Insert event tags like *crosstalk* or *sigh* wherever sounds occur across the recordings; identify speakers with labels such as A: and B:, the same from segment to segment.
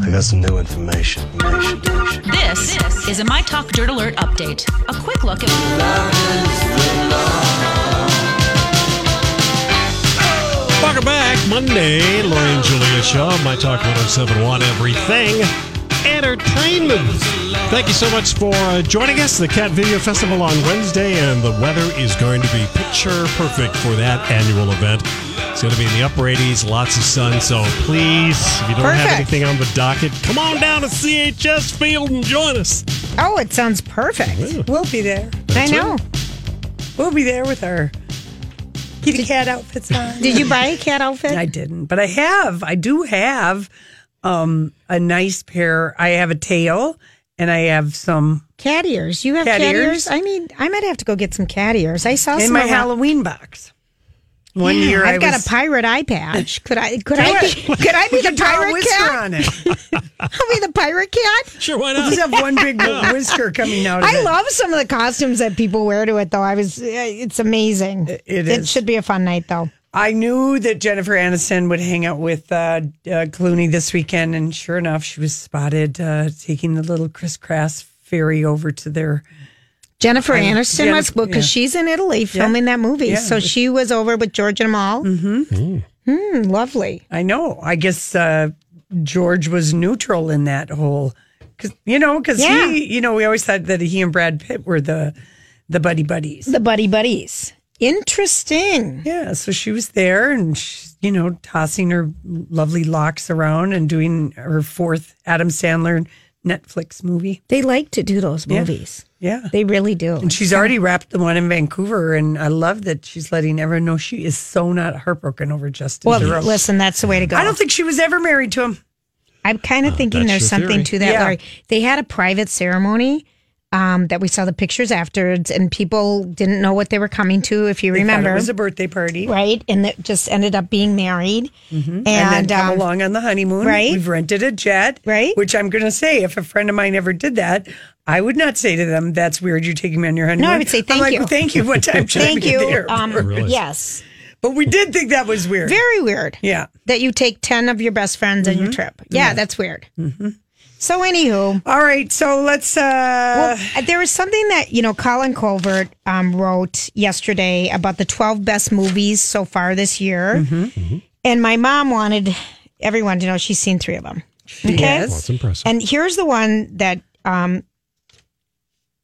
A: I got some new information. information, information.
B: This, is a My Talk Dirt Alert update. A quick look at.
C: Welcome back. Monday, Lori and Julia Shaw, My Talk 1071, Everything Entertainment. Thank you so much for uh, joining us. The Cat Video Festival on Wednesday, and the weather is going to be picture perfect for that annual event. It's going to be in the upper 80s, lots of sun, so please, if you don't have
D: Perfect.
C: anything on the docket, come on down to CHS Field and join us.
D: Oh, it sounds perfect.
C: Yeah.
D: We'll be there.
C: That's
D: I know.
C: right.
D: We'll be there with our kitty cat outfits on.
E: Did you buy a cat outfit?
D: I didn't, but I have. I do have um, a nice pair. I have a tail and I have some
E: cat ears. You have
D: Cat
E: cat,
D: ears?
E: ears? I mean, I might have to go get some cat ears. I saw
D: in
E: some
D: my
E: around-
D: Halloween box. One
E: Yeah,
D: year
E: I've
D: I
E: got
D: was-
E: a pirate eye patch. Could I? Could I be? *laughs*
D: *laughs*
E: Could I be
D: With
E: the
D: a tall
E: pirate
D: whisker
E: cat?
C: *laughs*
D: on it.
E: I'll be the pirate cat.
C: Sure,
D: *laughs*
C: why
D: I
C: not?
D: just have
C: *laughs*
D: one big whisker coming out of
E: I
D: it.
E: love some of the costumes that people wear to it, though. I was, uh, it's amazing.
D: it
E: It
D: is.
E: should be a fun night, though.
D: I knew that Jennifer Aniston would hang out with uh, uh, Clooney this weekend, and sure enough, she was spotted uh, taking the little crisscross ferry over to their.
E: Jennifer
D: I-
E: Aniston
D: Jennifer-
E: was because
D: yeah.
E: she's in Italy filming that movie,
D: Yeah.
E: so she was over with George and Amal. Mm-hmm. Mm, lovely.
D: I know. I guess uh, George was neutral in that whole, cause, you know, because
E: Yeah.
D: he, you know, we always thought that he and Brad Pitt were the the buddy buddies.
E: The buddy buddies. Interesting.
D: Yeah, so she was there and, she, you know, tossing her lovely locks around and doing her fourth Adam Sandler Netflix movie.
E: They like to do those movies.
D: Yeah.
E: They really do.
D: And she's already wrapped the one in Vancouver, and I love that she's letting everyone know she is so not heartbroken over Justin
E: Well,
D: Theroux.
E: listen, that's the way to go.
D: I don't think she was ever married to him.
E: I'm kind of thinking
C: Uh, that's
E: there's
C: your
E: something
C: theory.
E: to that.
D: Yeah.
E: Larry. They had a private ceremony um, that we saw the pictures afterwards, and people didn't know what they were coming to, if you
D: They thought
E: remember.
D: it was a birthday party,
E: right? And it just ended up being married. And,
D: Mm-hmm. and, then come *laughs*
E: um,
D: along on the honeymoon.
E: right.
D: we've rented a jet,
E: Right.
D: Which I'm going to say, if a friend of mine ever did that, I would not say to them, "That's weird, you're taking me on your honeymoon."
E: would say,
D: I'm
E: "Thank
D: like,
E: you."
D: thank you. What time should I
E: thank
D: be
E: you.
D: there?"
E: Um,
C: Really?
E: yes.
D: but we did think that was weird.
E: Very weird
D: yeah. Mm-hmm.
E: that you take 10 of your best friends on your trip. Yeah, that's weird. So, anywho.
D: All right, so let's. uh
E: Well, there was something that you know Colin Colvert um, wrote yesterday about the 12 best movies so far this year, Mm-hmm. and my mom wanted everyone to know she's seen three of them.
C: That's impressive.
E: And here's the one that um,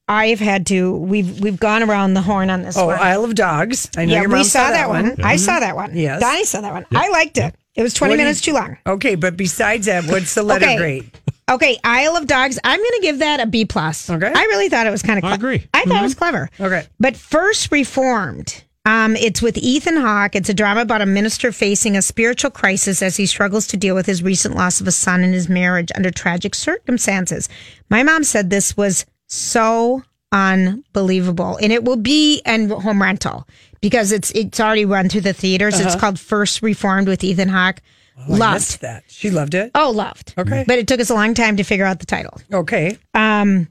E: I've had to we've we've gone around the horn on this
D: Oh,
E: one.
D: Isle of Dogs. I know
E: yeah,
D: your
E: we
D: mom
E: saw, that one. I saw that one.
D: Mm-hmm. Yes.
E: Donnie saw that one. I liked it. It was 20
D: What do you-
E: minutes too long.
D: Okay, but besides that, what's the letter
E: Okay.
D: grade?
E: Okay, Isle of Dogs. I'm going to give that a B plus.
D: Okay. Mm-hmm.
E: I really thought it was kind of.
C: I agree.
E: I thought it was clever.
D: Okay.
E: But first reformed. Um, it's with Ethan Hawke. It's a drama about a minister facing a spiritual crisis as he struggles to deal with his recent loss of a son and his marriage under tragic circumstances. My mom said this was so unbelievable, and it will be an home rental because it's it's already run through the theaters. It's called First Reformed with Ethan Hawke.
D: Uh-huh. Oh, I
E: loved.
D: missed that. She loved it.
E: Oh, loved.
D: Okay.
E: But it took us a long time to figure out the title.
D: Okay.
E: And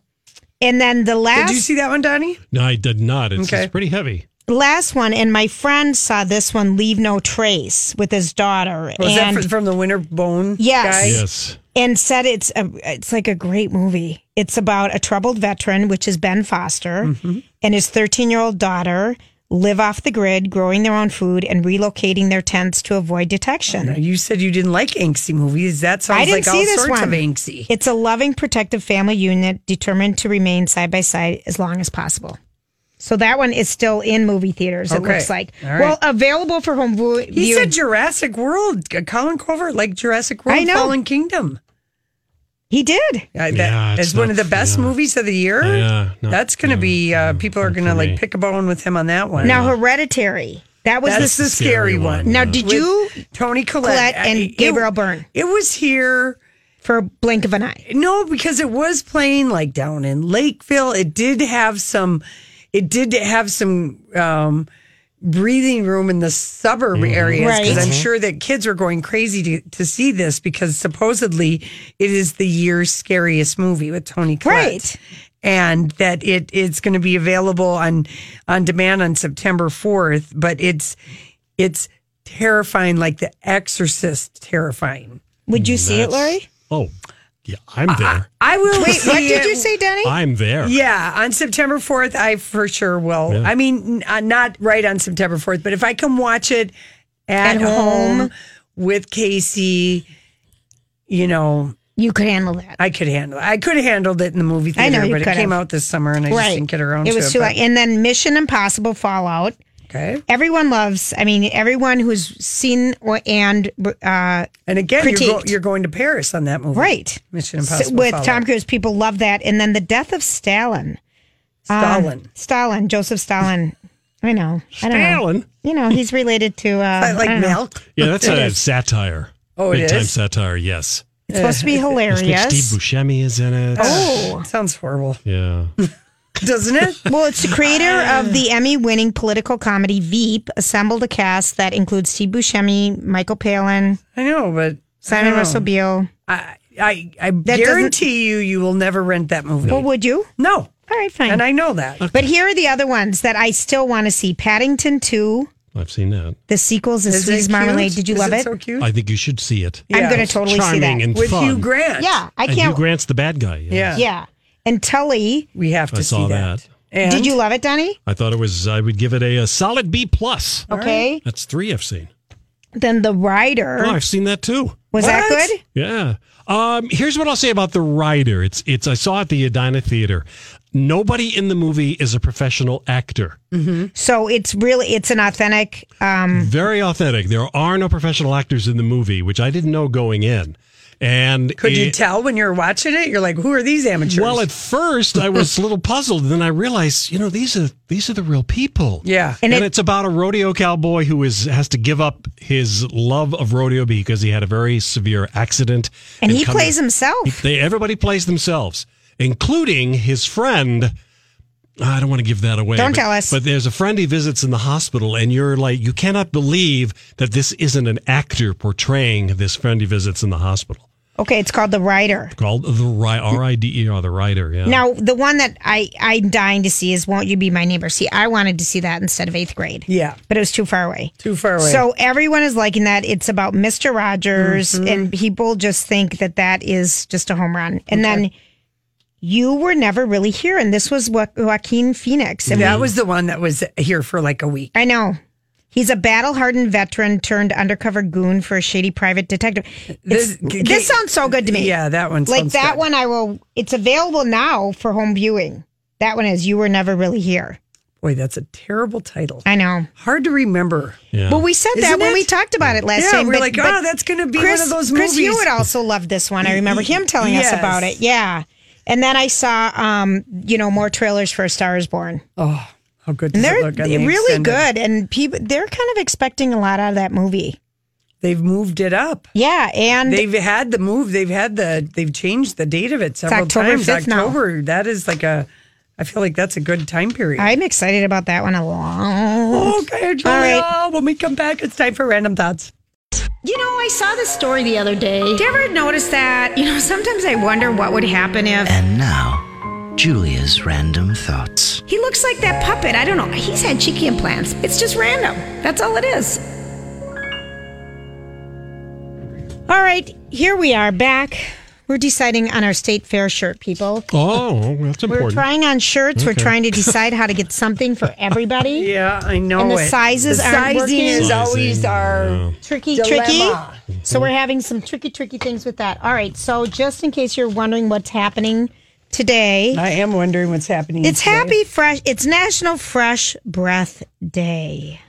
E: then the
D: Did
E: last
D: you see that one, Donnie?
C: no, I did not. It's,
D: Okay.
C: it's pretty heavy.
E: last one, and my friend saw this one, Leave No Trace, with his daughter,
D: Was
E: and
D: Oh, that fr- from the Winter Bone?
E: Yes.
D: guy?
C: Yes.
E: and said it's a, it's like a great movie.
D: Mm-hmm.
E: It's about a troubled veteran, which is Ben Foster, and his 13 year old daughter live off the grid, growing their own food, and relocating their tents to avoid detection.
D: Now, you said you didn't like angsty movies. That sounds
E: I didn't
D: like all
E: see this
D: sorts
E: one.
D: of angsty.
E: It's a loving, protective family unit determined to remain side by side as long as possible. So that one is still in movie theaters. It
D: Okay.
E: looks like
D: All right.
E: well available for home vu- viewing.
D: He said Jurassic World. uh, Colin Covert like Jurassic World,
E: I know.
D: Fallen Kingdom.
E: he did.
D: Uh, that-
C: Yeah, it's
D: that's one of the
C: not-
D: best
C: yeah.
D: movies of the year.
C: Yeah, no,
D: that's going to
C: no,
D: be uh, people are going to like
C: me.
D: pick a bone with him on that one.
E: Now Hereditary. That was
D: that's
E: the
D: the scary
C: Scary
D: one.
C: one.
E: Now did
D: With
E: you
D: Tony Collette, Uh,
E: Colette and
D: It-
E: Gabriel Byrne
D: It was here.
E: for a blink of an eye?
D: No, because it was playing like down in Lakeville. It did have some. It did have some um, breathing room in the suburb areas because
E: Right.
D: I'm sure that kids were going crazy to, to see this because supposedly it is the year's scariest movie with Tony Collette.
E: Right.
D: And that it it's going to be available on on demand on September 4th, but it's it's terrifying, like The Exorcist, terrifying.
E: Would you see it,
C: That's-
E: Lori?
C: Oh, yeah, I'm there.
D: I will.
E: Wait,
D: see
E: what did
D: it.
E: you say, Denny?
C: I'm there.
D: Yeah, on September 4th, I for sure will. I mean, n- uh, not right on September 4th, but if I can watch it at,
E: At
D: home,
E: home.
D: with Casey, you know,
E: You could handle that.
D: I could handle it. I could have handled it in the movie
E: I know
D: theater,
E: you
D: but it
E: could've.
D: came out this summer and I just didn't get around
E: It
D: to
E: was
D: it.
E: too
D: but-
E: late. And then Mission Impossible Fallout.
D: Okay.
E: Everyone loves. I mean, everyone who's seen or and uh,
D: And again, you're, go-
E: Critiqued.
D: you're going to Paris on that movie.
E: right
D: Mission
E: So-
D: Impossible.
E: with
D: Fallout.
E: Tom Cruise. People love that. And then the death of Stalin. Um,
D: Stalin.
E: Stalin. Joseph Stalin. I know. I don't know.
C: Alan.
E: You know, he's related to. Uh,
D: *laughs* I
E: I
D: like
E: don't know.
D: milk.
C: Yeah, that's a satire.
D: Oh, it
C: Big time
D: is?
C: satire, yes.
E: It's supposed to be
C: I think Steve
E: hilarious.
C: Buscemi is in it.
E: Oh.
D: Sounds horrible,
C: Yeah.
E: *laughs*
D: doesn't it?
E: Well, it's the creator of the Emmy winning political comedy Veep assembled a cast that includes Steve Buscemi, Michael Palin,
D: I know, but I
E: Simon
D: don't know.
E: Russell Beale.
D: I, I, I
E: doesn't-
D: guarantee you, you will never rent that movie.
E: Well, would you?
D: no.
E: All right, fine.
D: And I know that.
E: But here are the other ones that I still want to see. Paddington 2,
C: I've seen that.
E: the sequels, The
D: Is it
E: Sweetest
D: cute?
E: Marmalade. Did you
D: Is
E: love
D: it?
E: it?
D: So cute.
C: I think you should see it.
E: I'm
D: Yeah.
E: going to totally see that.
C: Charming and
D: With
C: fun.
D: Hugh Grant.
E: yeah, I
C: and Hugh
E: can't.
C: Grant's the bad guy. Yeah.
D: Yeah.
E: yeah. And Tully,
D: We have to
C: I saw
D: see that.
C: that.
D: And
E: did you love it, Donnie?
C: I thought it was, I would give it a, a solid B. plus.
E: Okay.
C: That's three I've seen.
E: Then The Rider.
C: Oh, I've seen that too.
E: Was that
D: What?
E: good?
C: Yeah. Um, here's what I'll say about the writer. It's it's I saw it at the Edina Theater. Nobody in the movie is a professional actor.
E: So it's really, it's an authentic. Um,
C: Very authentic. There are no professional actors in the movie, which I didn't know going in. And
D: could you
C: it-
D: tell when you're watching it? You're like, who are these amateurs?
C: Well, at first I
D: *laughs*
C: was a little puzzled, then I realized, you know, these are these are the real people.
D: Yeah.
C: And,
E: And it-
C: it's about a rodeo cowboy who is has to give up his love of rodeo because he had a very severe accident.
E: and he
C: coming-
E: plays himself.
C: They everybody plays themselves, including his friend. I don't want to give that away.
E: Don't
C: but-
E: tell us.
C: But there's a friend he visits in the hospital, and you're like, you cannot believe that this isn't an actor portraying this friend he visits in the hospital.
E: Okay, it's called The Rider.
C: Called the Ri- R I D E R, the writer. Yeah.
E: Now, the one that I, I'm dying to see is Won't You Be My Neighbor? See, I wanted to see that instead of eighth grade.
D: yeah,
E: But it was too far away.
D: too far away.
E: So everyone is liking that. It's about Mr. Rogers, and people just think that that is just a home run. And then you were never really here, and this was jo- Joaquin Phoenix. And
C: Mm.
D: that was the one that was here for like a week.
E: I know. He's a battle hardened veteran turned undercover goon for a shady private detective. It's-
D: This-
E: This, sounds so good to me.
D: Yeah, that one.
E: Like
D: sounds
E: that
D: good.
E: one, I will. It's available now for home viewing. That one is You Were Never Really Here.
D: Boy, that's a terrible title.
E: I know.
D: Hard to remember.
C: yeah.
E: But we said that
D: Isn't
E: when
D: it?
E: we talked about it last
D: Yeah,
E: time.
D: we're
E: but-
D: like,
E: but
D: oh, that's going to be
E: Chris,
D: one of those
E: Chris
D: movies.
E: Hewitt also loved this one. I remember him telling
D: Yes.
E: us about it. Yeah. And then I saw, um, you know, more trailers for A Star Is Born.
D: oh, how good does
E: And
D: it
E: they're
D: look? on the
E: really
D: extended?
E: good, and people they're kind of expecting a lot out of that movie.
D: They've moved it up.
E: Yeah, and
D: They've had the move. They've had the. They've changed the date of it several
E: October
D: times.
E: 5th now.
D: October. That is like a. I feel like that's a good time period.
E: I'm excited about that one a lot.
D: Okay, Julia.
E: All right.
D: When we come back, it's time for random thoughts.
F: You know, I saw this story the other day.
E: you ever notice that? You know, sometimes I wonder what would happen if
G: And now, Julia's random thoughts.
E: he looks like that puppet. I don't know. He's had cheeky implants. It's just random. That's all it is. All right, here we are back. We're deciding on our state fair shirt, people.
C: Oh, that's
E: We're
C: important.
E: trying on shirts. We're
C: Okay.
E: trying to decide how to get something
D: *laughs*
E: for everybody.
D: Yeah, I know
E: And the
D: it.
E: sizes
D: the
E: aren't
D: sizing
E: working.
D: is always
C: Sizing, yeah.
D: our
E: Tricky,
D: Dilemma. Mm-hmm.
E: tricky. So we're having some tricky, tricky things with that. All right. So just in case you're wondering what's happening today,
D: I am wondering what's happening.
E: it's
D: today.
E: happy fresh. It's National Fresh Breath Day.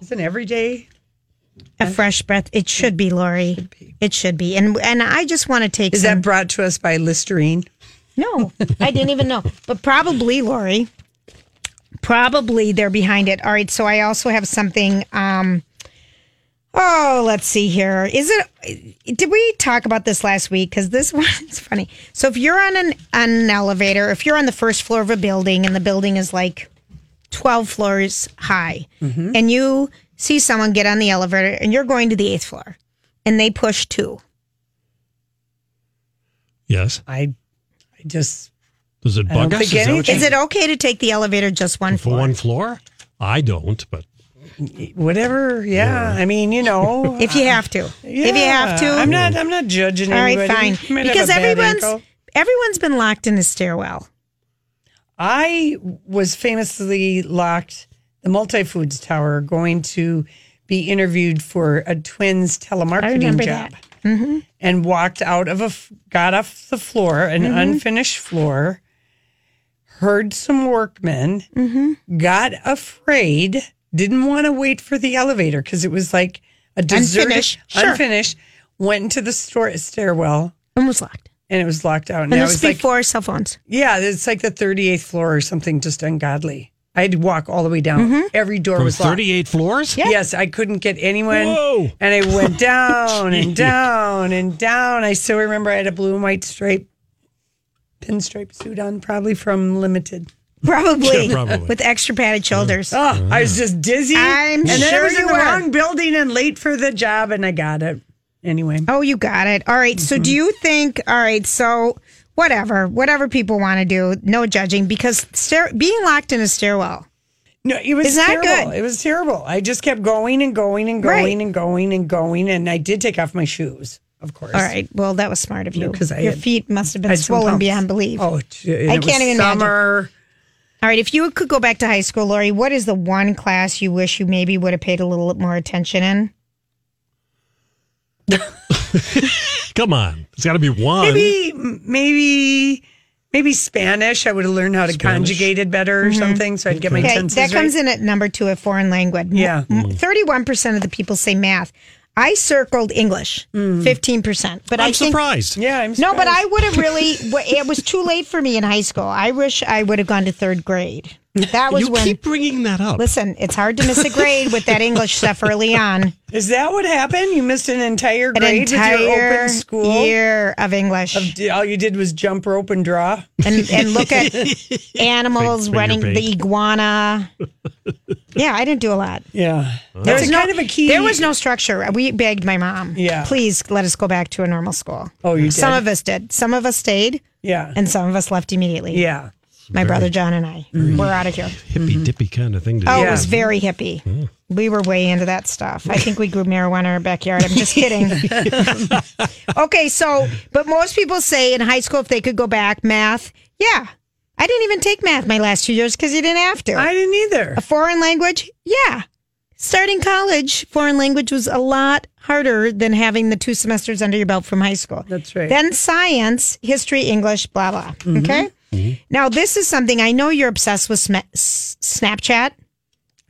D: Isn't every day?
E: A fresh breath. It should be, Lori. It should be. And and I just want to take.
D: Is
E: some-
D: that brought to us by Listerine?
E: No, I didn't even know. But probably, Lori. Probably they're behind it. All right, so I also have something. Um, oh, let's see here. Is it? Did we talk about this last week? Because this *laughs* one is funny. So if you're on an, on an elevator, if you're on the first floor of a building, and the building is like twelve floors high, and you see someone get on the elevator, and you're going to the eighth floor, and they push two.
C: Yes.
D: I, I just
C: Does it
D: I don't
C: bug us?
D: think
C: that what
D: anything-
C: you-
E: Is it okay to take the elevator just one
C: for
E: floor?
C: one floor? I don't, but
D: whatever. Yeah, I mean, you know,
E: if you have to. if you have to.
D: Um, yeah, I'm not. I'm not judging.
E: All right,
D: anybody. I
E: fine.
D: might have
E: Because
D: a bad
E: everyone's
D: ankle.
E: everyone's been locked in a stairwell.
D: I was famously locked the Multi Foods Tower, going to be interviewed for a twins telemarketing
E: I remember
D: job,
E: that. Mm-hmm.
D: and walked out of a f- got off the floor, an
E: Mm-hmm.
D: unfinished floor. Heard some workmen,
E: Mm-hmm.
D: got afraid, didn't want to wait for the elevator because it was like a deserted,
E: Unfinished, sure.
D: unfinished. Went into the store stairwell
E: Almost locked.
D: and it was locked out.
E: And
D: I
E: this
D: was
E: was
D: like,
E: before cell phones.
D: yeah, it's like the 38th floor or something, just ungodly. I had to walk all the way down.
E: Mm-hmm.
D: Every door
C: from
D: was locked.
C: 38 floors?
D: Yes, I couldn't get anyone.
C: Whoa.
D: And I
C: *laughs*
D: went down and down and down. I still remember I had a blue and white stripe, pinstripe suit on, probably from Limited.
E: Probably.
C: Yeah, probably.
E: With extra padded shoulders.
D: Oh, I was just dizzy.
E: I'm
D: and then I
E: sure
D: was in
E: you
D: the
E: were.
D: wrong building and late for the job, and I got it. Anyway,
E: Oh, you got it. All right, So do
D: Mm-hmm.
E: you think all right, so whatever, whatever people want to do, no judging because stair- being locked in a stairwell.
D: No, it was
E: It's not
D: terrible.
E: good.
D: It was terrible. I just kept going and going and going
E: Right.
D: and going and going. And I did take off my shoes, of course.
E: All right. Well, that was smart of you.
D: 'cause I
E: Your
D: had-
E: feet must have
D: I
E: been
D: had some
E: swollen
D: pumps.
E: beyond belief.
D: Oh, gee, and
E: I
D: it was
E: can't even imagine.
D: summer.
E: All right, if you could go back to high school, Lori, what is the one class you wish you maybe would have paid a little more attention in?
C: Come on. It's got to be one.
D: Maybe, maybe, maybe Spanish. I would have learned how to
C: Spanish.
D: conjugate it better or something. So I'd get my
E: Mm-hmm. Okay,
D: tenses
E: that comes
D: right.
E: in at number two, a foreign language.
D: Yeah.
E: thirty-one percent of the people say math. I circled English, fifteen percent. But
C: I'm
E: I think-
C: surprised.
D: Yeah, I'm
E: No, but
D: surprised.
E: I would have really. wa- It was too late for me in high school. I wish I would have gone to third grade. That was
C: you
E: when.
C: keep bringing that up.
E: listen, it's hard to miss a grade with that English stuff early on.
D: Is that what happened? You missed an entire
E: An
D: grade with your
E: entire
D: open school.
E: year of English.
D: D- All you did was jump rope and draw.
E: and, and look at animals
C: Finger
E: running
C: paint.
E: the iguana. Yeah, I didn't do a lot.
D: Yeah,
E: There
D: there was kind of a key.
E: There was no structure. We begged my mom.
D: Yeah.
E: please let us go back to a normal school.
D: Oh, you did?
E: Some of us did. Some of us stayed,
D: Yeah,
E: and some of us left immediately.
D: yeah.
E: my brother John and I were out of here.
C: Hippy
D: Mm-hmm.
C: dippy kind of thing to
E: Oh,
C: do.
E: it was very hippie. We were way into that stuff. I think we grew marijuana in our backyard. I'm just kidding. okay, so, but most people say in high school if they could go back, math. Yeah. I didn't even take math my last two years because you didn't have to.
D: I didn't either.
E: A foreign language? Yeah. Starting college, foreign language was a lot harder than having the two semesters under your belt from high school.
D: That's right. Mm-hmm.
E: Then science, history, English, blah, blah. Okay. Now, this is something I know you're obsessed with Sma- S- Snapchat.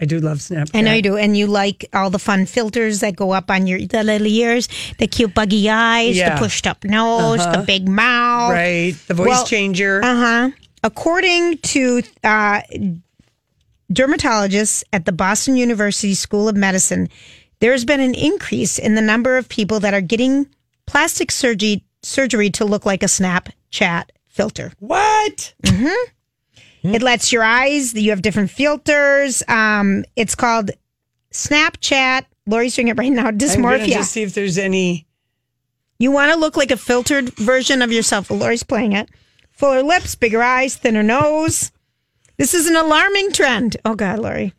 D: I do love Snapchat.
E: I know you do. And you like all the fun filters that go up on your the little ears, the cute buggy eyes,
D: Yeah. Uh-huh.
E: the pushed up nose, the big mouth.
D: Right. The voice
E: Well,
D: changer.
E: Uh huh. According to uh, dermatologists at the Boston University School of Medicine, there's been an increase in the number of people that are getting plastic surgery surgery to look like a Snapchat filter.
D: what? Hmm.
E: It lets your eyes. You have different filters. Um, it's called Snapchat. Lori's doing it right now.
D: I'm gonna
E: Dysmorphia.
D: just see if there's any.
E: You want to look like a filtered version of yourself. Lori's playing it. Fuller lips, bigger eyes, thinner nose. This is an alarming trend. Oh God, Lori.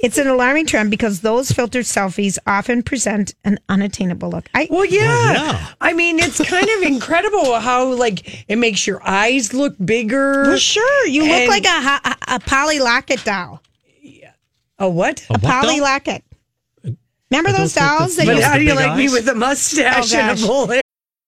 E: It's an alarming trend because those filtered selfies often present an unattainable look. I
D: Well, yeah.
C: yeah.
D: I mean, it's kind of incredible how like it makes your eyes look bigger.
E: for sure you look
D: And-
E: like a ho- a, a Polly Lockett doll.
D: a what?
C: A what
E: Polly
C: doll?
E: Lockett. Remember those
C: think that's
E: dolls?
C: the
E: That
D: But
E: you
C: doll.
D: how do you
C: big
D: like me
C: eyes?
D: with a mustache
E: Oh,
D: and a
E: gosh.
D: mullet?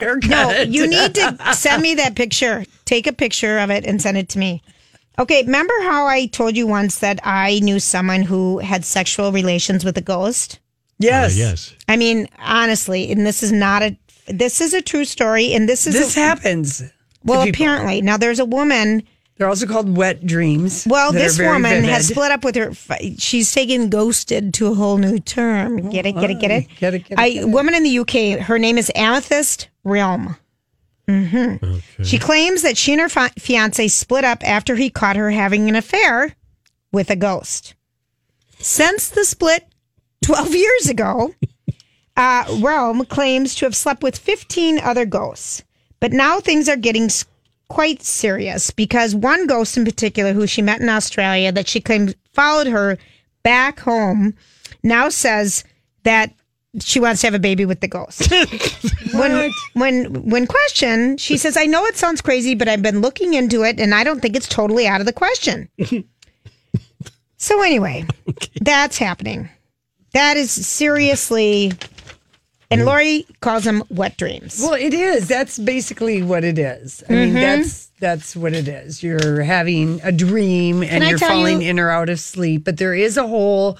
D: haircut. *laughs*
E: No, you need to send me that picture. Take a picture of it and send it to me. Okay, remember how I told you once that I knew someone who had sexual relations with a ghost?
C: Uh,
D: yes.
C: yes.
E: I mean, honestly, and this is not a this is a true story and this is
D: This
E: a,
D: happens. to
E: well
D: people.
E: apparently. Now there's a woman
D: They're also called wet dreams.
E: Well,
D: that are
E: this
D: very
E: woman has
D: vivid.
E: split up with her. f- She's taken ghosted to a whole new term. Get it? Get it? Get it?
D: Oh, Get it, get it,
E: I
D: get it.
E: woman in the UK. Her name is Amethyst Realm. hmm She claims that she and her fi- fiance split up after he caught her having an affair with a ghost. Since the split, twelve *laughs* years ago, uh, Realm claims to have slept with fifteen other ghosts. But now things are getting s- quite serious because one ghost in particular, who she met in Australia, that she claimed followed her back home, now says that she wants to have a baby with the ghost. when when when questioned, she says, "I know it sounds crazy, but I've been looking into it, and I don't think it's totally out of the question." so anyway, that's happening. That is seriously. And Lori calls them wet dreams.
D: Well, it is. That's basically what it is. I
E: Mm-hmm.
D: mean, that's that's what it is. You're having a dream and
E: Can I
D: you're
E: tell
D: falling
E: you-
D: in or out of sleep. But there is a whole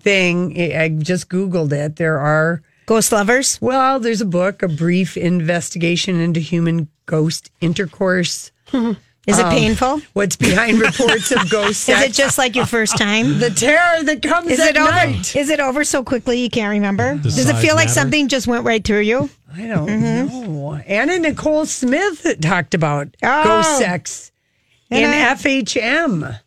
D: thing. I I just googled it. There are
E: Ghost lovers.
D: well, there's a book, a brief investigation into human ghost intercourse.
E: Is it painful? *laughs*
D: What's behind reports of ghost
E: Is
D: sex?
E: it just like your first *laughs* time?
D: the terror that comes
E: Is
D: at
E: it over?
D: night?
E: Is it over so quickly you can't remember?
C: Does
E: Does, it
C: size
E: feel like
C: matter?
E: something just went right through you?
D: I don't
E: Mm-hmm.
D: know. Anna Nicole Smith talked about
E: Oh.
D: ghost sex in
E: And I-
D: FHM.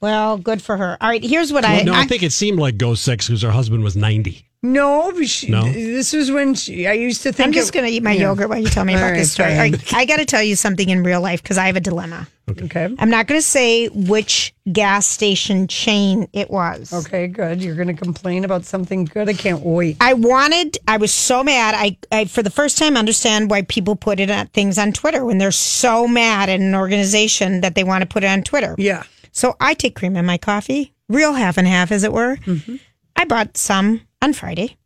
E: Well, good for her. All right, here's what I,
C: Well, no, I
E: I-
C: think it seemed like ghost sex because her husband was 90.
D: No, but she,
C: No?
D: this was when she, I used to think.
E: I'm just
D: it-
E: going to eat my
D: Yeah.
E: yogurt while you tell me
D: All
E: about
D: right,
E: this story.
D: fine.
E: All right, I got to tell you something in real life because I have a dilemma.
D: Okay.
E: I'm not going to say which gas station chain it was.
D: Okay, good. You're going to complain about something good. I can't wait.
E: I wanted. I was so mad. I, I for the first time understand why people put it on things on Twitter when they're so mad at an organization that they want to put it on Twitter.
D: Yeah.
E: So I take cream in my coffee, real half and half, as it were.
D: Mm-hmm.
E: I bought some on Friday.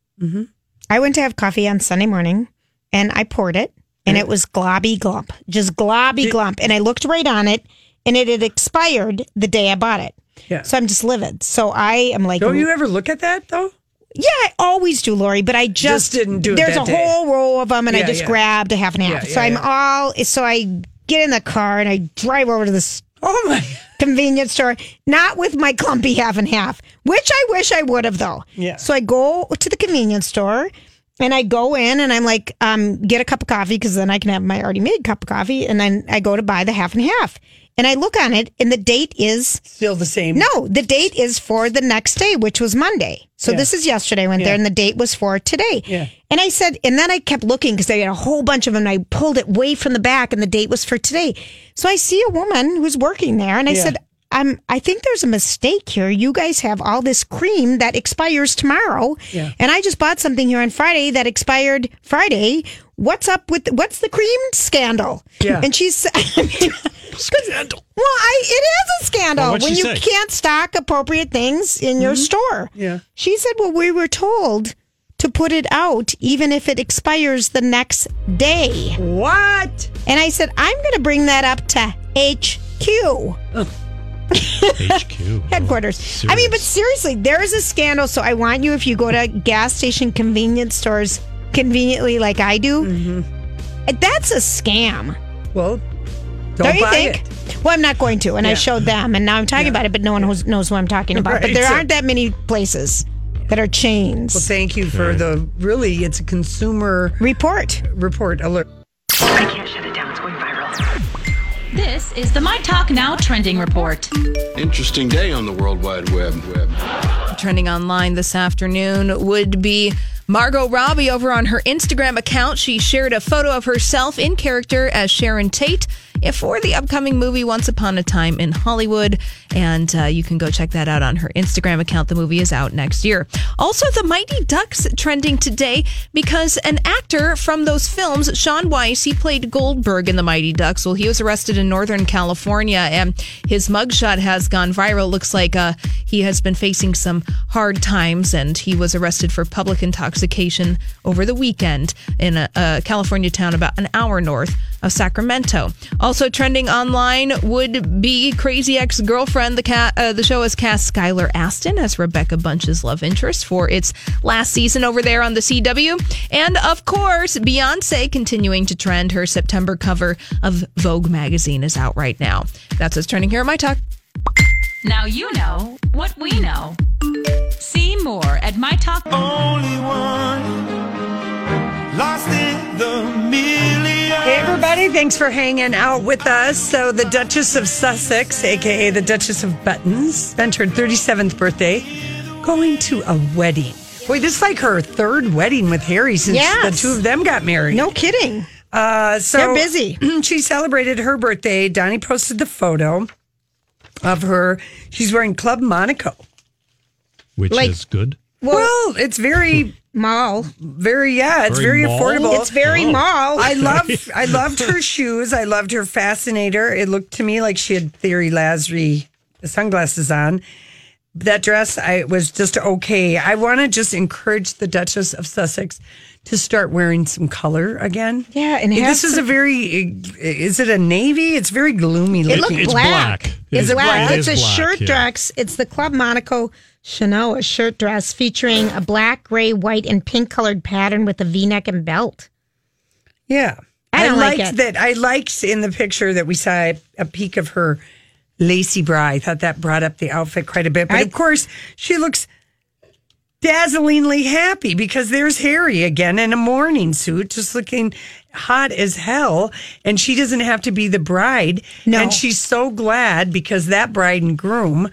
E: I went to have coffee on Sunday morning, and I poured it, and it was globby glump, just globby glump. And I looked right on it, and it had expired the day I bought it.
D: Yeah.
E: So I'm just livid. So I am like,
D: Don't you ever look at that though?
E: yeah, I always do, Lori, but I just,
D: Just didn't do it
E: There's
D: that
E: a
D: day.
E: whole roll of them, and I
D: Yeah,
E: just
D: yeah.
E: grabbed a half and half.
D: Yeah,
E: so
D: yeah,
E: I'm
D: yeah.
E: all so I get in the car and I drive over to this
D: Oh my. *laughs*
E: convenience store, not with my clumpy half and half, which I wish I would have though.
D: Yeah.
E: So I go to the convenience store and I go in and I'm like, um, get a cup of coffee because then I can have my already made cup of coffee. And then I go to buy the half and half. And I look on it and the date is
D: Still the same.
E: no, the date is for the next day, which was Monday. So
D: Yeah.
E: this is yesterday. I went there and the date was for today.
D: Yeah.
E: And I said, and then I kept looking because I had a whole bunch of them. And I pulled it way from the back and the date was for today. So I see a woman who's working there and I
D: Yeah.
E: said, um, I think there's a mistake here. You guys have all this cream that expires tomorrow.
D: Yeah.
E: And I just bought something here on Friday that expired Friday. What's up with what's the cream scandal?
D: Yeah.
E: And she's *laughs* I mean,
C: Scandal.
E: Well, I, it is a scandal
C: Well, what'd
E: when
C: she
E: you
C: say? Mm-hmm.
E: can't stock appropriate things in your store.
C: Yeah.
E: She said, well, we were told to put it out even if it expires the next day.
D: What?
E: And I said, I'm going to bring that up to HQ.
D: *laughs*
C: HQ.
E: headquarters. I mean, but seriously, there is a scandal. So I want you, if you go to gas station convenience stores conveniently like I do, that's a scam.
D: Mm-hmm. Well, don't,
E: Don't, you
D: buy
E: think?
D: it.
E: Well, I'm not going to, and I
D: Yeah.
E: showed them, and now I'm talking about it, but no one knows, knows who I'm talking about. But
D: Right.
E: there aren't that many places that are chains.
D: Well, thank you for the really. It's a consumer
E: Report.
D: report alert.
B: I can't shut it down. It's going viral. This is the My Talk Now trending report.
H: Interesting day on the World Wide Web. Web.
I: trending online this afternoon would be Margot Robbie over on her Instagram account. She shared a photo of herself in character as Sharon Tate for the upcoming movie Once Upon a Time in Hollywood. And uh, you can go check that out on her Instagram account. The movie is out next year. Also, the Mighty Ducks trending today because an actor from those films, Sean Weiss, he played Goldberg in the Mighty Ducks. Well, he was arrested in Northern California and his mugshot has gone viral. Looks like uh, he has been facing some hard times and he was arrested for public intoxication over the weekend in a, a California town about an hour north of Sacramento. Also trending online would be Crazy Ex Girlfriend. The cat, uh, the show has cast Skylar Aston as Rebecca Bunch's love interest for its last season over there on the CW, and of course Beyonce continuing to trend. Her September cover of Vogue magazine is out right now. That's what's trending here at my talk.
B: Now you know what we know. See more at My Talk. Only one lost in the million.
D: Hey, everybody, thanks for hanging out with us. So, the Duchess of Sussex, aka the Duchess of Buttons, spent her 37th birthday going to a wedding. Boy, this is like her third wedding with Harry since the
E: Yes.
D: two of them got married.
E: No kidding.
D: Uh, so
E: They're busy.
D: *clears throat* she celebrated her birthday. Donnie posted the photo of her. She's wearing Club Monaco.
C: uh, Which
D: Like-
C: is good.
D: Well, it's very
E: mall,
D: very yeah, it's
C: Very
D: very,
C: mall?
D: affordable.
C: It's very Oh. mall.
E: *laughs*
D: I love I loved her shoes. I loved her fascinator. It looked to me like she had Theory Lazary sunglasses on. That dress I was just okay. I want to just encourage the Duchess of Sussex to start wearing some color again.
E: Yeah, and have
D: this is a
E: some-
D: very is it a navy? It's very gloomy
E: It
D: looking.
E: looked black. It's
D: Is it black?
E: It's a shirt dress. It's the Club Monaco Chanel a shirt dress featuring a black, gray, white, and pink colored pattern with a V neck and belt.
D: Yeah.
E: I don't like
D: liked
E: it.
D: that. I liked in the picture that we saw a, a peek of her lacy bra. I thought that brought up the outfit quite a bit. But of course, she looks dazzlingly happy because there's Harry again in a morning suit, just looking hot as hell. And she doesn't have to be the bride.
E: No.
D: And she's so glad because that bride and groom.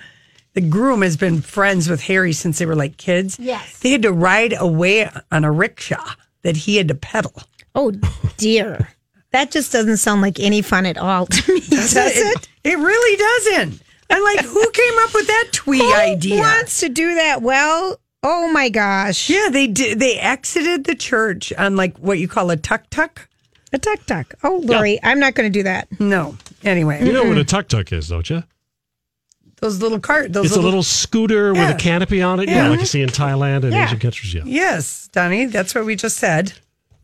D: The groom has been friends with Harry since they were like kids.
E: Yes.
D: They had to ride away on a rickshaw that he had to pedal.
E: Oh dear. That just doesn't sound like any fun at all to me, does it?
D: It, really doesn't. I'm like, who came up
E: *laughs*
D: with that twee
E: Who
D: idea?
E: wants to do that? Well, oh my gosh.
D: Yeah, they did. They exited the church on like what you call a tuk tuk.
E: A tuk tuk. Oh, Lori, I'm not going to do that.
D: No. Anyway,
E: Mm.
C: You know what a tuk tuk is, don't you?
D: those little cart. Those
C: It's a little scooter
D: Yeah.
C: with a canopy on it, yeah.
D: Yeah.
C: like you see in Thailand and
D: Yeah.
C: Asian countries. Yeah.
D: Yes, Donnie. That's what we just said.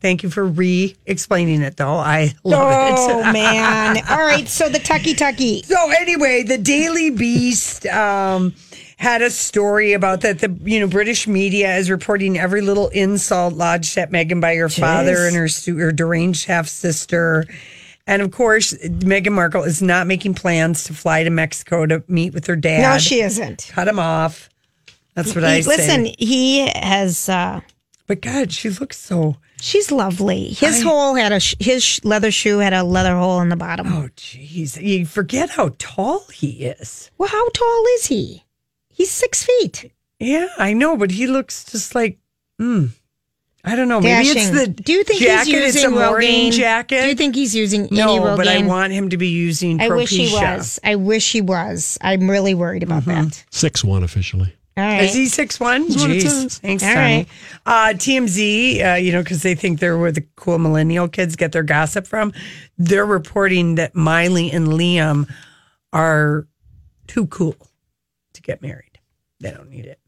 D: Thank you for re-explaining it, though. I love it.
E: Oh
D: *laughs*
E: man. All right, so the tucky tucky.
D: So anyway, the Daily Beast um, had a story about that. The you know British media is reporting every little insult lodged at Meghan by her father and her stu- her deranged half sister, and of course Meghan Markle is not making plans to fly to Mexico to meet with her dad.
E: No, she isn't.
D: cut him off. That's what I
E: He- listen,
D: Say.
E: he has uh
D: But God, she looks so.
E: She's lovely. His hole had a sh- his sh- leather shoe had a leather hole in the bottom.
D: Oh, jeez, you forget how tall he is.
E: Well, how tall is he? He's six feet.
D: Yeah, I know, but he looks just like, mm, I don't know. Maybe
E: Dashing.
D: it's the
E: Do you think
D: jacket?
E: he's using
D: it's a morning
E: Rogaine?
D: jacket.
E: Do you think he's using any
D: no?
E: Rogaine?
D: But I want him to be using.
E: I wish he
D: Propecia. Mm-hmm.
E: was. I wish he was. I'm really worried about that.
C: Six one officially.
D: Is he six one?
E: That's what it
D: Jeez,
E: says.
D: thanks,
E: All
D: Sonny. Uh, TMZ, uh, you know, because they think they're where the cool millennial kids get their gossip from. They're reporting that Miley and Liam are too cool to get married. They don't need it.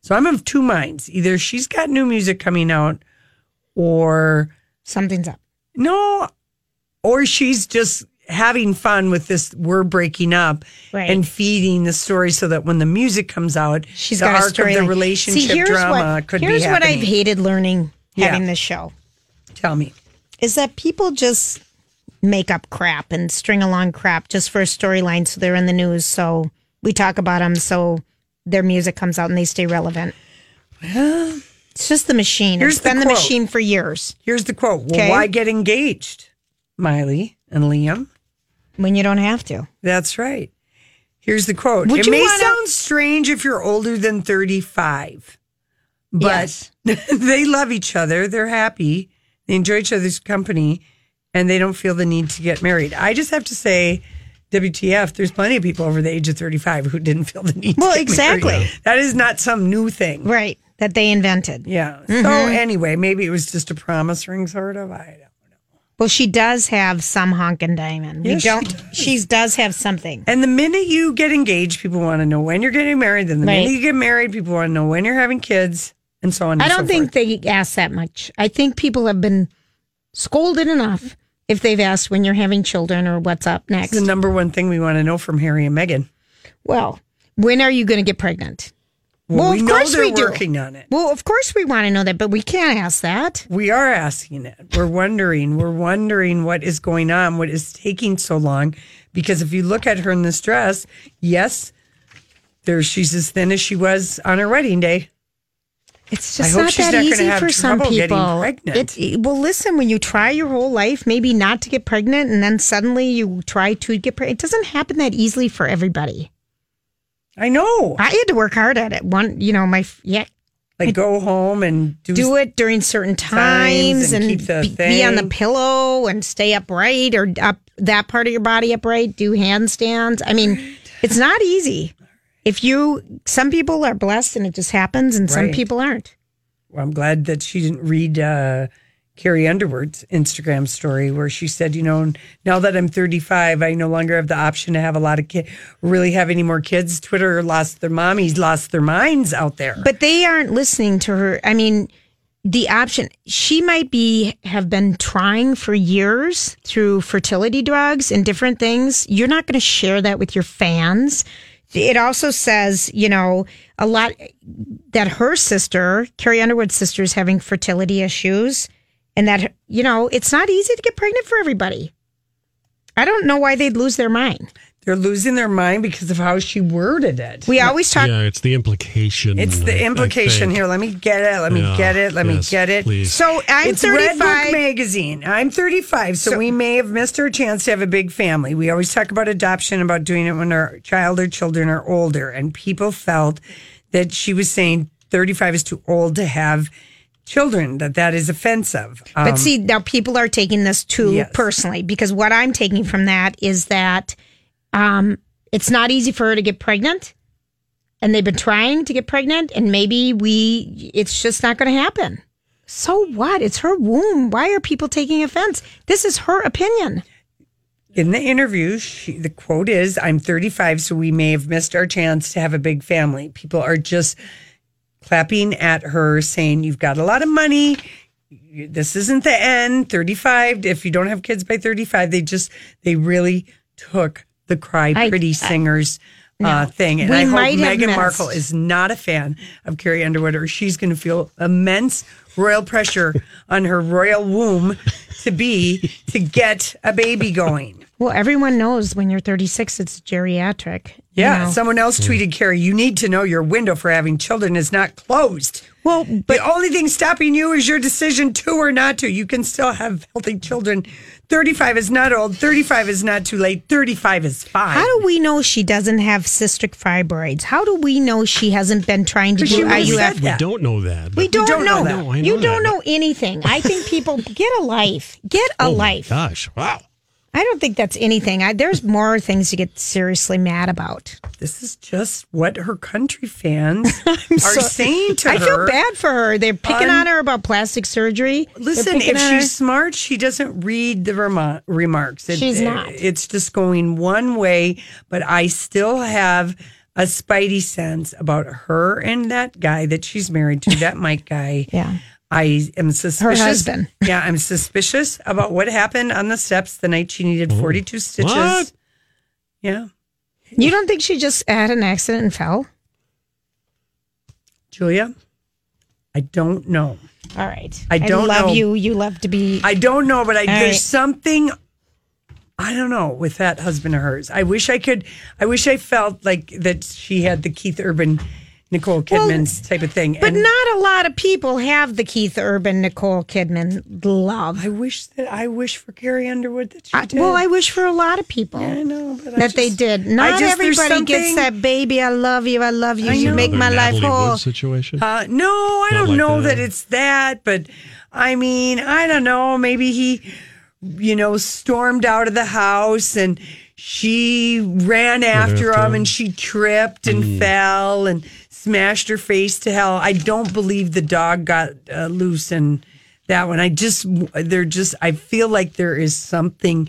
D: So I'm of two minds. Either she's got new music coming out, or
E: something's up.
D: No, or she's just having fun with this. We're breaking up
E: Right.
D: and feeding the story so that when the music comes out,
E: She's
D: the
E: got
D: arc
E: a story
D: of the relationship
E: See, here's
D: drama
E: what,
D: could
E: here's
D: be
E: what
D: happening.
E: I've hated learning
D: Yeah.
E: having this show
D: Tell me.
E: is that people just make up crap and string along crap just for a storyline, so they're in the news. So we talk about them, so their music comes out and they stay relevant.
D: Well,
E: it's just the machine.
D: here's
E: it's
D: the
E: been the
D: quote.
E: machine for years.
D: Here's the quote. Well,
E: Okay.
D: why get engaged, Miley and Liam?
E: When you don't have to.
D: That's right. Here's the quote.
E: Would
D: it
E: you
D: may
E: wanna-
D: sound strange if you're older than 35, but *laughs* they love each other. They're happy. They enjoy each other's company and they don't feel the need to get married. I just have to say, WTF, there's plenty of people over the age of 35 who didn't feel the need
E: Well,
D: to get
E: exactly.
D: married. That is not some new thing.
E: Right. That they invented.
D: Yeah. So,
E: Mhm.
D: anyway, maybe it was just a promise ring, sort of. I don't
E: Well, she does have some honkin' diamond.
D: Yes,
E: we
D: she
E: don't. She does. have something.
D: And the minute you get engaged, people want to know when you're getting married. Then the
E: Right.
D: minute you get married, people want to know when you're having kids, and so on. And
E: I
D: so
E: don't
D: forth.
E: think they ask that much. I think people have been scolded enough if they've asked when you're having children or what's up next.
D: it's the number one thing we want to know from Harry and Meghan.
E: Well, when are you going to get pregnant?
D: Well, we
E: of
D: know
E: course
D: they're
E: we do.
D: working on it.
E: Well, of course we want to know that, but we can't ask that.
D: We are asking it. We're wondering. We're wondering what is going on. What is taking so long? Because if you look at her in this dress, yes, there she's as thin as she was on her wedding day.
E: It's
D: I
E: just
D: hope
E: not
D: she's
E: that
D: not gonna
E: easy
D: have
E: for some
D: trouble getting
E: people.
D: pregnant.
E: It- well, listen, when you try your whole life maybe not to get pregnant and then suddenly you try to get pregnant, it doesn't happen that easily for everybody.
D: I know.
E: I had to work hard at it. One, you know, my f- yeah,
D: Like go home and do,
E: do it during certain times,
D: Times and
E: and,
D: keep the
E: be, be on the
D: thing.
E: pillow and stay upright or up that part of your body upright. Do handstands. I mean, it's not easy. If you, some people are blessed and it just happens, and some
D: Right.
E: people aren't.
D: Well, I'm glad that she didn't read uh, Carrie Underwood's Instagram story where she said, you know, now that I'm 35, I no longer have the option to have a lot of kids, really have any more kids. Twitter lost their mommies, lost their minds out there.
E: But they aren't listening to her. I mean, the option she might be have been trying for years through fertility drugs and different things. You're not going to share that with your fans. It also says, you know, a lot that her sister, Carrie Underwood's sister, is having fertility issues, and that you know, it's not easy to get pregnant for everybody. I don't know why they'd lose their mind.
D: They're losing their mind because of how she worded it.
E: We always talk
C: Yeah, it's the implication.
D: It's
C: Mm, I- I
D: the implication
C: think.
D: here. Let me get it. Let me
C: Yeah,
D: get it. Let
C: yes,
D: me get it.
C: please.
E: So I'm
D: it's Red
E: 35.
D: Book magazine. I'm 35, so, we may have missed our chance to have a big family. We always talk about adoption, about doing it when our child or children are older, and people felt that she was saying 35 is too old to have children. That that is offensive. Um,
E: But see, now people are taking this too
D: Yes.
E: personally because what I'm taking from that is that um, it's not easy for her to get pregnant, and they've been trying to get pregnant, and maybe we, it's just not going to happen. So what? It's her womb. Why are people taking offense? This is her opinion.
D: in the interview, she, the quote is, "I'm 35, so we may have missed our chance to have a big family." People are just clapping at her, saying, "You've got a lot of money. You- This isn't the end. 35. If you don't have kids by 35, they just they really took the cry
E: I-
D: pretty singers." uh, thing and
E: We
D: I hope
E: might have
D: Meghan Markle
E: missed.
D: is not a fan of Carrie Underwood, or she's going to feel immense royal pressure on her royal womb to be to get a baby going.
E: Well, everyone knows when you're 36, it's geriatric. you
D: Yeah,
E: know.
D: someone else tweeted, Carrie, you need to know your window for having children is not closed.
E: Well,
D: the only thing stopping you is your decision to or not to. You can still have healthy children. 35 is not old. 35 is not too late. 35 is fine.
E: How do we know she doesn't have cystic fibroids? How do we know she hasn't been trying to do
D: Because she would've
E: IUF?
D: said that.
C: We don't know that.
E: We
C: but-
E: don't, know.
C: Oh, I know
E: you
C: that.
E: don't
C: *laughs*
E: know anything. I think people get a life. Get a
C: Oh my
E: life.
C: Gosh, wow.
E: I don't think that's anything. I, there's more things to get seriously mad about.
D: This is just what her
E: *laughs*
D: country fans are saying to
E: I
D: her.
E: feel bad for her. They're picking on
D: Un-
E: her about plastic surgery. They're
D: Listen,
E: picking
D: if
E: on her-
D: she's smart, she doesn't read the remo- remarks.
E: She's not.
D: It's just going one way, but I still have a spidey sense about her and that guy that she's married to, that Mike guy.
E: Yeah.
D: I am suspicious.
E: husband.
D: Yeah, I'm suspicious about what happened on the steps the night she needed 42 stitches.
C: What?
D: Yeah.
E: you don't think she just had an accident and fell?
D: Julia, I don't know.
E: All right.
D: I don't
E: love
D: know.
E: you. You love to be.
D: I don't know, but I,
E: All
D: there's
E: right.
D: something I don't know with that husband of hers. I wish I could. I wish I felt like that she had the Keith Urban, Nicole Kidman's type of thing.
E: but
D: And
E: not a lot of people have the Keith Urban Nicole Kidman love.
D: I wish that I wish for Carrie Underwood that she
E: I,
D: did.
E: well, I wish for a lot of people
D: I know, but I
E: that they
D: just-
E: did.
D: I
E: Not
D: just- there's
E: everybody gets
D: something-
E: that baby. I love you. I love you.
D: I
E: You
D: know.
E: make my
C: Another
E: life
C: Natalie
E: whole.
C: Wood situation.
D: Uh, no, I
C: Not
D: don't
C: like
D: know
C: that.
D: that. it's that, but I mean, I don't know. Maybe he, you know, stormed out of the house and she ran after
C: after
D: him
C: him.
D: and she tripped and fell and smashed her face to hell. I don't believe the dog got uh, loose in that one. I just, they're just, I feel like there is something.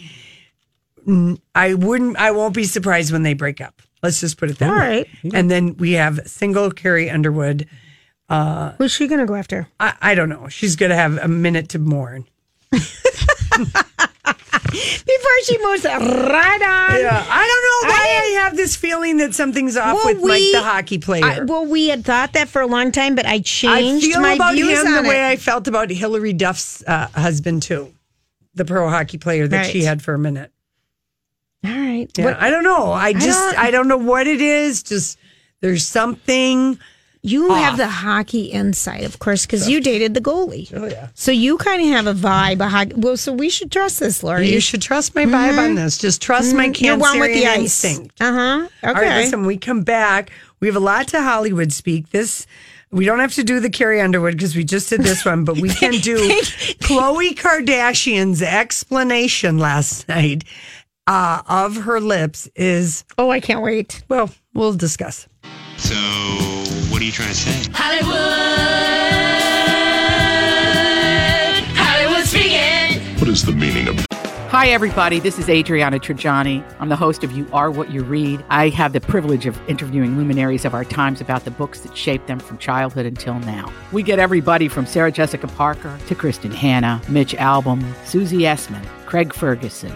D: I wouldn't, I won't be surprised when they break up. Let's just put it that
E: All
D: way.
E: right.
D: And then we have single Carrie Underwood.
E: Who's she going to go after?
D: I, I don't know. She's going to have a minute to mourn.
E: Before she moves right on.
D: Yeah, I don't know why I, have this feeling that something's off
E: Well,
D: with
E: we-
D: Mike, the hockey player.
E: I, well, we had thought that for a long time, but I
D: I
E: changed
D: feel
E: my
D: about
E: views
D: him
E: on
D: the
E: it.
D: way I felt about Hillary Duff's uh, husband too, the pro hockey player that she
E: Right.
D: had for a minute.
E: All right.
D: Yeah,
E: What-
D: I don't know. I just
E: don't-
D: I don't know what it is. Just there's something.
E: You have
D: off.
E: the hockey insight, of course, because you dated the goalie. Oh, yeah. So you kind of have a vibe. A hockey, well, so we should trust this, Lori. Mm-hmm.
D: You Mm-hmm. should trust my vibe on this. Just trust my
E: You're
D: Cancerian
E: one with the ice.
D: instinct.
E: Uh huh. Okay.
D: All right, listen, when we come back, we have a lot to Hollywood speak. This we don't have to do the Carrie Underwood because we just did this one, but we can *laughs* do Khloe Kardashian's explanation last night uh, of her lips is
E: oh, I can't wait.
D: well, we'll discuss.
B: So, what are you trying to say?
J: Hollywood, Hollywood speaking.
K: What is the meaning of
L: Hi, everybody. This is Adriana Trajani. I'm the host of You Are What You Read. I have the privilege of interviewing luminaries of our times about the books that shaped them from childhood until now. We get everybody from Sarah Jessica Parker to Kristen Hanna, Mitch Albom, Susie Essman, Craig Ferguson,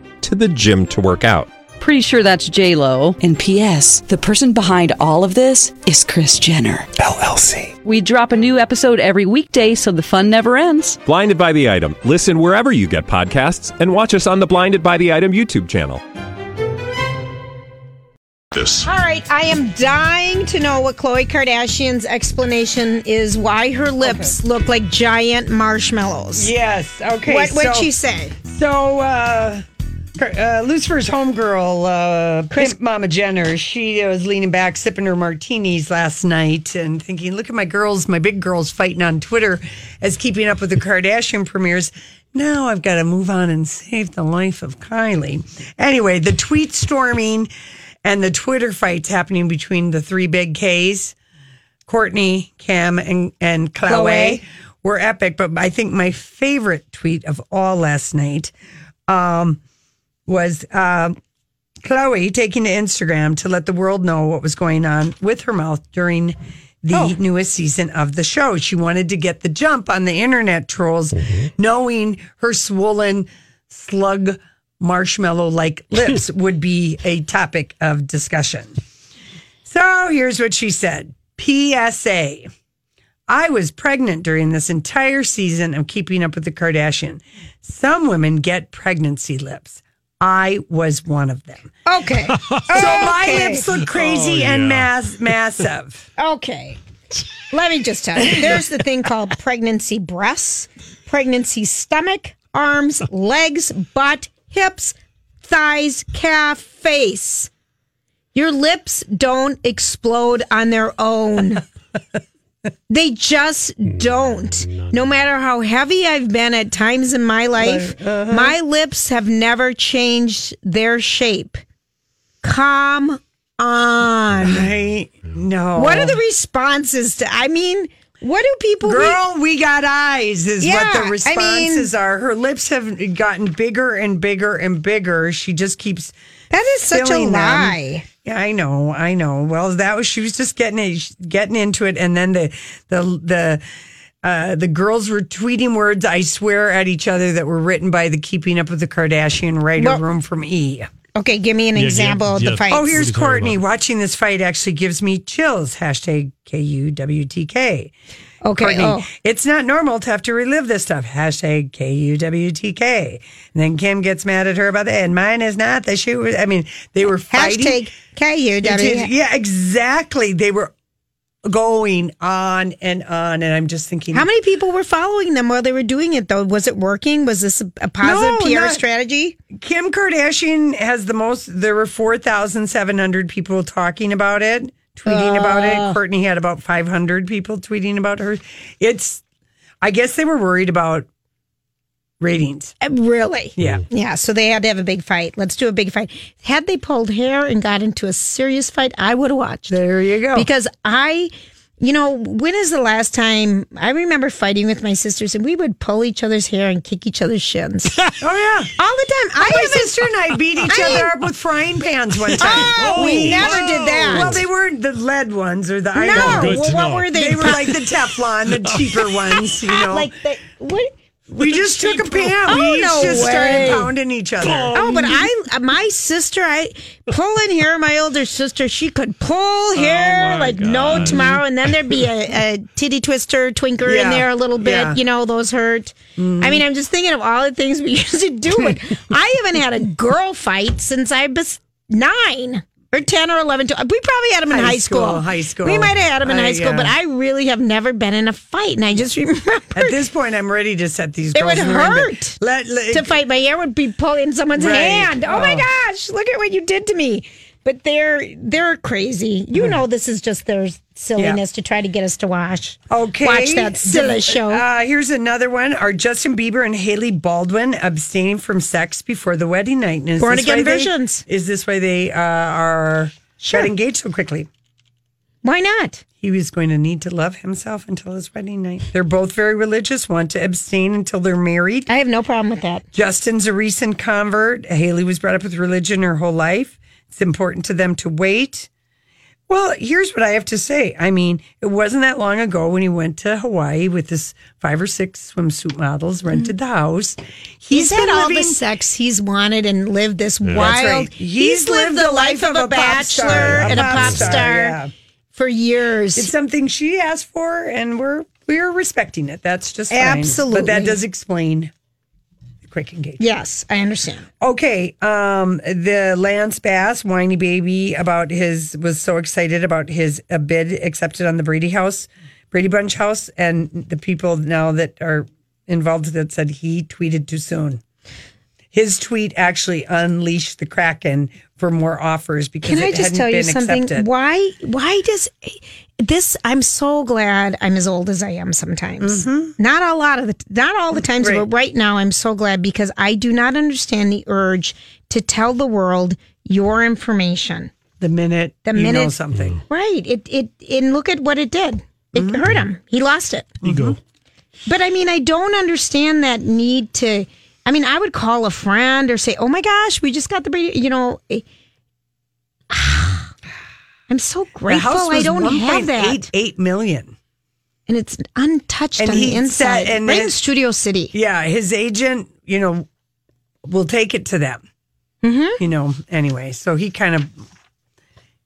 M: to the gym to work out.
I: Pretty sure that's J Lo. And P.S. The person behind all of this is Chris Jenner
M: LLC.
I: We drop a new episode every weekday, so the fun never ends.
M: Blinded by the item. Listen wherever you get podcasts, and watch us on the Blinded by the Item YouTube channel.
B: This.
E: All right. I am dying to know what Khloe Kardashian's explanation is why her lips look like giant marshmallows.
D: Yes. Okay.
E: What would
D: so-
E: she say?
D: So, uh, uh, Lucifer's homegirl, uh, Chris Mama Jenner, she uh, was leaning back, sipping her martinis last night and thinking, look at my girls, my big girls fighting on Twitter as keeping up with the Kardashian premieres. Now I've got to move on and save the life of Kylie. Anyway, the tweet storming and the Twitter fights happening between the three big Ks. Courtney, Cam, and, and Chloe,
E: Chloe.
D: were epic. But I think my favorite tweet of all last night um, was uh, Chloe taking to Instagram to let the world know what was going on with her mouth during the newest season of the show. She wanted to get the jump on the internet trolls, knowing her swollen slug marshmallow like lips would be a topic of discussion. So here's what she said PSA. I was pregnant during this entire season of Keeping Up with the Kardashian. Some women get pregnancy lips. I was one of them. *laughs*
E: Okay. so
D: my lips look crazy
E: Oh, yeah.
D: and mass- massive.
E: Okay. Let me just tell you there's the thing called pregnancy breasts, pregnancy stomach, arms, legs, butt, hips, thighs, calf, face. Your lips don't explode on their own. They just don't. No matter how heavy I've been at times in my life, my lips have never changed their shape. Come on.
D: *laughs* I know.
E: What are the responses to? I mean, what do people.
D: Girl, we got eyes is what
E: Yeah, I
D: the responses are. Her lips have gotten bigger and bigger and bigger. She just keeps
E: That is such a
D: filling them.
E: lie.
D: Yeah, I know, I know. Well, that was she was just getting it, getting into it, and then the the the uh, the girls were tweeting words I swear at each other that were written by the Keeping Up with the Kardashian writer
E: Well-
D: room from E.
E: Okay, give me an
C: Yeah, yeah,
E: example of
C: yeah.
E: the fight.
D: Oh, here's
C: What are you talking
D: Courtney.
C: about?
D: Watching this fight actually gives me chills. Hashtag KUWTK.
E: Okay.
D: Courtney,
E: Oh,
D: it's not normal to have to relive this stuff. Hashtag KUWTK. And then Kim gets mad at her about that. And mine is not the shoe. I mean, they were fighting.
E: hashtag KUW.
D: Yeah, exactly. They were going on and on. And I'm just thinking,
E: How many people were following them while they were doing it, though? Was it working? Was this a a positive
D: No,
E: PR
D: not-
E: strategy?
D: Kim Kardashian has the most. There were 4,700 people talking about it, tweeting about it. Courtney had about 500 people tweeting about her. It's, I guess they were worried about ratings.
E: Uh, Really?
D: Yeah.
E: Yeah, so they had to have a big fight. Let's do a big fight. Had they pulled hair and got into a serious fight, I would have watched.
D: There you go.
E: Because I, you know, when is the last time I remember fighting with my sisters and we would pull each other's hair and kick each other's shins all the time.
D: oh, yeah.
E: I
D: My
E: haven't-
D: sister and I beat each
E: I
D: other
E: mean-
D: up with frying
E: *laughs*
D: pans one time.
E: Oh, we never did that.
D: Well, they weren't the lead ones or the iron
E: No,
D: ones.
C: Good
E: well,
C: to
E: what
C: know.
E: were they? *laughs*
D: They were like the Teflon, the cheaper ones, you know.
E: like the, what?
D: we just took a pan.
E: Oh,
D: we
E: no
D: just
E: way.
D: started pounding each other.
E: Oh, but I, uh, my sister, I pulling hair. My older sister, she could
D: Oh,
E: pull hair
C: my
E: like no
C: God.
E: tomorrow, and then there'd be a, a titty twister, twinker in
D: Yeah,
E: there a little bit.
D: yeah. Mm-hmm.
E: You know, those hurt. I mean, I'm just thinking of all the things we *laughs* used to do. Like,
D: *laughs*
E: I haven't had a girl fight since I was nine. Or 10 or 11. to- We probably had them in high,
D: High
E: school,
D: school, high school.
E: We might have had them in
D: I-
E: high school,
D: yeah.
E: but I really have never been in a fight. And I just *laughs* remember
D: At this point, I'm ready to set these
E: It
D: girls
E: would
D: in the ring, but
E: hurt
D: Let, let,
E: to fight my hair would be pulling someone's
D: Right.
E: hand. Oh, my
D: Oh.
E: gosh, look at what you did to me. But they're they're crazy. You know this is just their silliness to try to get us to watch.
D: Okay.
E: Watch that silly show.
D: Uh, here's another one. Are Justin Bieber and Haley Baldwin abstaining from sex before the wedding night? And is
E: Born
D: this
E: again
D: why they-
E: virgins.
D: is this why they uh, are
E: Sure.
D: got engaged so quickly?
E: Why not?
D: He was going to need to love himself until his wedding night. They're both very religious, want to abstain until they're married.
E: I have no problem with that.
D: Justin's a recent convert. Haley was brought up with religion her whole life. It's important to them to wait. Well, here's what I have to say. I mean, it wasn't that long ago when he went to Hawaii with his five or six swimsuit models, rented the house.
E: He's
D: been
E: had all the
D: living-
E: sex he's wanted and lived this
D: That's
E: wild.
D: right.
E: He's, lived, the life of a
D: pop
E: bachelor
D: star,
E: and a pop star,
D: yeah.
E: for years.
D: It's something she asked for, and we're we're respecting it. That's just fine.
E: Absolutely.
D: But that does explain the quick engagement.
E: yes, I understand.
D: Okay, um, the Lance Bass whiny baby about his was so excited about his a bid accepted on the Brady House, Brady Bunch House, and the people now that are involved that said he tweeted too soon. His tweet actually unleashed the kraken for more offers because
E: Can I
D: it
E: just
D: hadn't
E: tell you
D: been
E: something?
D: accepted.
E: Why? Why does this? I'm so glad I'm as old as I am. Sometimes, not a lot of the, not all the times,
D: Mm-hmm. Right.
E: but right now I'm so glad because I do not understand the urge to tell the world your information.
D: The minute
E: The
D: you know
E: minute-
D: something,
E: Right? It it and look at what it did. It
D: Mm-hmm.
E: hurt him. He lost it.
C: Ego.
E: But I mean, I don't understand that need to. I mean, I would call a friend or say, "Oh my gosh, we just got the Brady." You know, eh, *sighs* I'm so
D: the
E: grateful
D: house was
E: I don't have that,
D: 1.88 million.
E: and it's untouched
D: And
E: on the
D: he said-
E: inside.
D: and
E: right in
D: then-
E: Studio City.
D: Yeah, his agent, you know, will take it to them.
E: Mm-hmm.
D: You know, anyway, so he kind of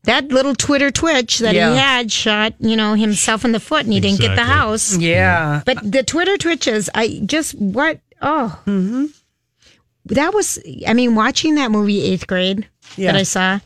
E: That little Twitter twitch that
D: Yeah.
E: he had shot, you know, himself in the foot, and he didn't get the
C: Exactly.
E: house.
D: Yeah. Mm-hmm.
E: But the Twitter twitches, I just what? Oh, that was I mean watching that movie eighth grade
D: Yeah.
E: that I saw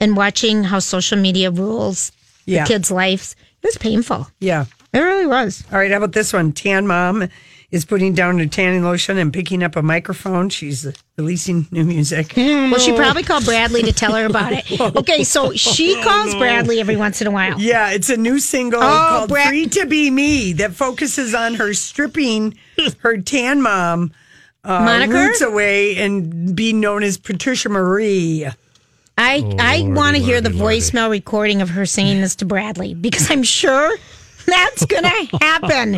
E: and watching how social media rules
D: Yeah.
E: the kids' lives it was painful.
D: Yeah.
E: It really was.
D: All right, how about this one? Tan Mom is putting down her tanning lotion and picking up a microphone. She's releasing new
E: *laughs*
D: music.
E: Well,
D: Oh.
E: she probably called Bradley to tell her about
D: *laughs*
E: it. Okay, so she calls Bradley every once in a while.
D: Yeah, it's a new single
E: Oh,
D: called
E: Brad-
D: Free to Be Me that focuses on
E: *laughs*
D: her stripping her tan mom uh,
E: Moniker?
D: roots away and being known as Patricia Marie.
E: I
C: Oh,
E: I want to hear the voicemail recording of her singing this to Bradley because I'm sure *laughs* that's going to happen.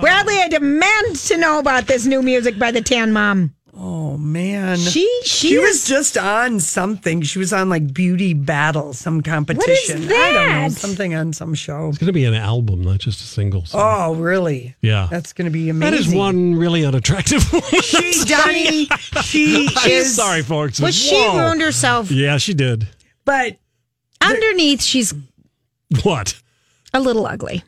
E: Bradley, I demand to know about this new music by the Tan Mom.
D: Oh man.
E: She she,
D: She
E: is,
D: was just on something. She was on like Beauty Battle, some competition. I don't know,
E: that?
D: something on some show.
C: It's going to be an album, not just a single. So.
D: Oh, really?
C: Yeah.
D: That's going to be amazing.
C: that is one really unattractive *laughs* woman.
D: She, Donnie, she
C: *laughs* I'm
D: is.
C: sorry, folks.
E: well, she
C: Whoa.
E: ruined herself.
C: Yeah, she did.
D: But
E: Underneath, she's
C: What?
E: a little ugly.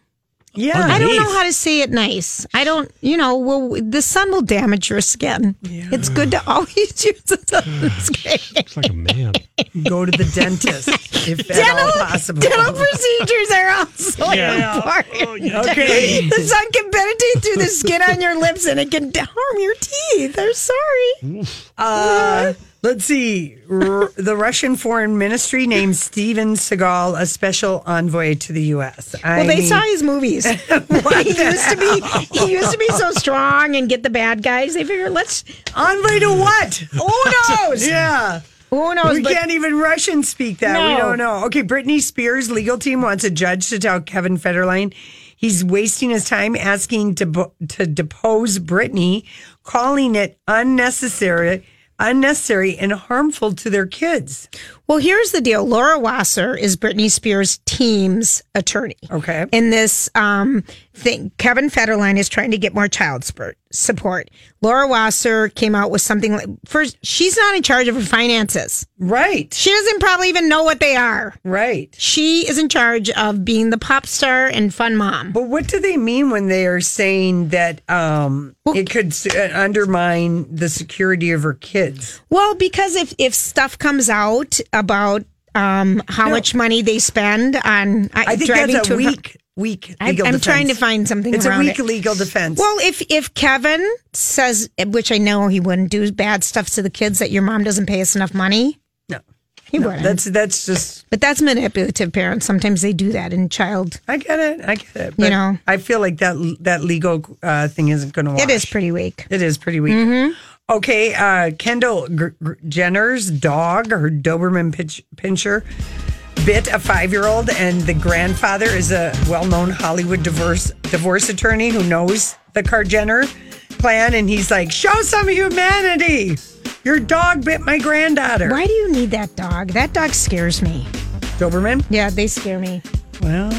D: yeah.
E: I don't know
C: Underneath.
E: how to say it nice. I don't, you know, well, the sun will damage your skin. It's good to always *laughs* use the sun's skin.
C: It's like a man.
D: *laughs* Go to the dentist if at
E: Dental,
D: all Oh,
E: *laughs*
D: possible.
E: dental procedures are also
D: Yeah.
E: important.
D: Okay.
E: The sun can penetrate through the skin on your lips and it can harm your teeth. I'm sorry.
D: Uh, let's see. R- the Russian Foreign Ministry named Steven Seagal a special envoy to the U.S. I
E: Well, they
D: mean,
E: saw his
D: *laughs*
E: movies. *laughs* he used to be he used to be so strong and get the bad guys. They figured let's
D: envoy to what?
E: who knows?
D: *laughs* Yeah.
E: Who knows?
D: We
E: But-
D: can't even Russian speak that. We
E: No.
D: don't know. Okay, Britney Spears' legal team wants a judge to tell Kevin Federline he's wasting his time asking to bo- to depose Britney, calling it unnecessary, unnecessary and harmful to their kids.
E: Well, here's the deal. Laura Wasser is Britney Spears' team's attorney.
D: Okay.
E: In this um, thing, Kevin Federline is trying to get more child spurt, support. Laura Wasser came out with something like, first, she's not in charge of her finances.
D: Right.
E: She doesn't probably even know what they are.
D: Right.
E: She is in charge of being the pop star and fun mom.
D: But what do they mean when they are saying that um, it could s- uh, undermine the security of her kids?
E: Well, because if, if stuff comes out about um, how much money they spend on uh,
D: I think
E: driving
D: that's
E: to
D: a
E: and from-
D: weak, weak legal
E: I- I'm
D: defense.
E: trying to find something
D: It's a
E: around
D: weak
E: it.
D: legal defense.
E: Well, if if Kevin says, which I know he wouldn't do bad stuff to the kids, that your mom doesn't pay us enough money,
D: no,
E: he
D: no,
E: wouldn't.
D: that's that's just.
E: but that's manipulative parents. Sometimes they do that in child.
D: I get it. I get it. But
E: know.
D: I feel like that that legal uh, thing isn't going to.
E: It is Mm-hmm. pretty weak.
D: It is pretty weak. Okay, uh, Kendall Gr- Gr- Jenner's dog, her Doberman pinch- pincher, bit a five-year-old, and the grandfather is a well-known Hollywood divorce divorce attorney who knows the Car Jenner plan, and he's like, "Show some humanity! Your dog bit my granddaughter,
E: Why do you need that dog? That dog scares me.
D: Doberman."
E: Yeah, they scare me.
D: Well,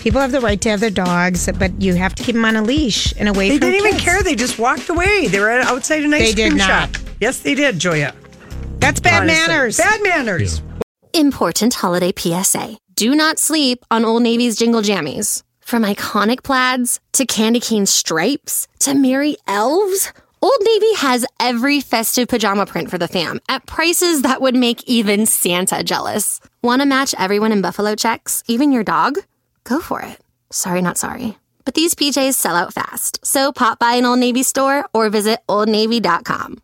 E: People have the right to have their dogs, but you have to keep them on a leash and away
D: They
E: from
D: didn't even
E: kids.
D: care. They just walked away. They were at- outside an ice
E: They did
D: cream
E: not.
D: shop. Yes, they did, Joya.
E: That's bad
D: Honestly.
E: manners.
D: Bad manners.
N: Important holiday PSA. Do not sleep on Old Navy's Jingle Jammies. From iconic plaids to candy cane stripes to merry elves, Old Navy has every festive pajama print for the fam at prices that would make even Santa jealous. Want to match everyone in Buffalo checks, even your dog? Go for it. Sorry, not sorry. But these PJs sell out fast, so pop by an Old Navy store or visit oldnavy.com.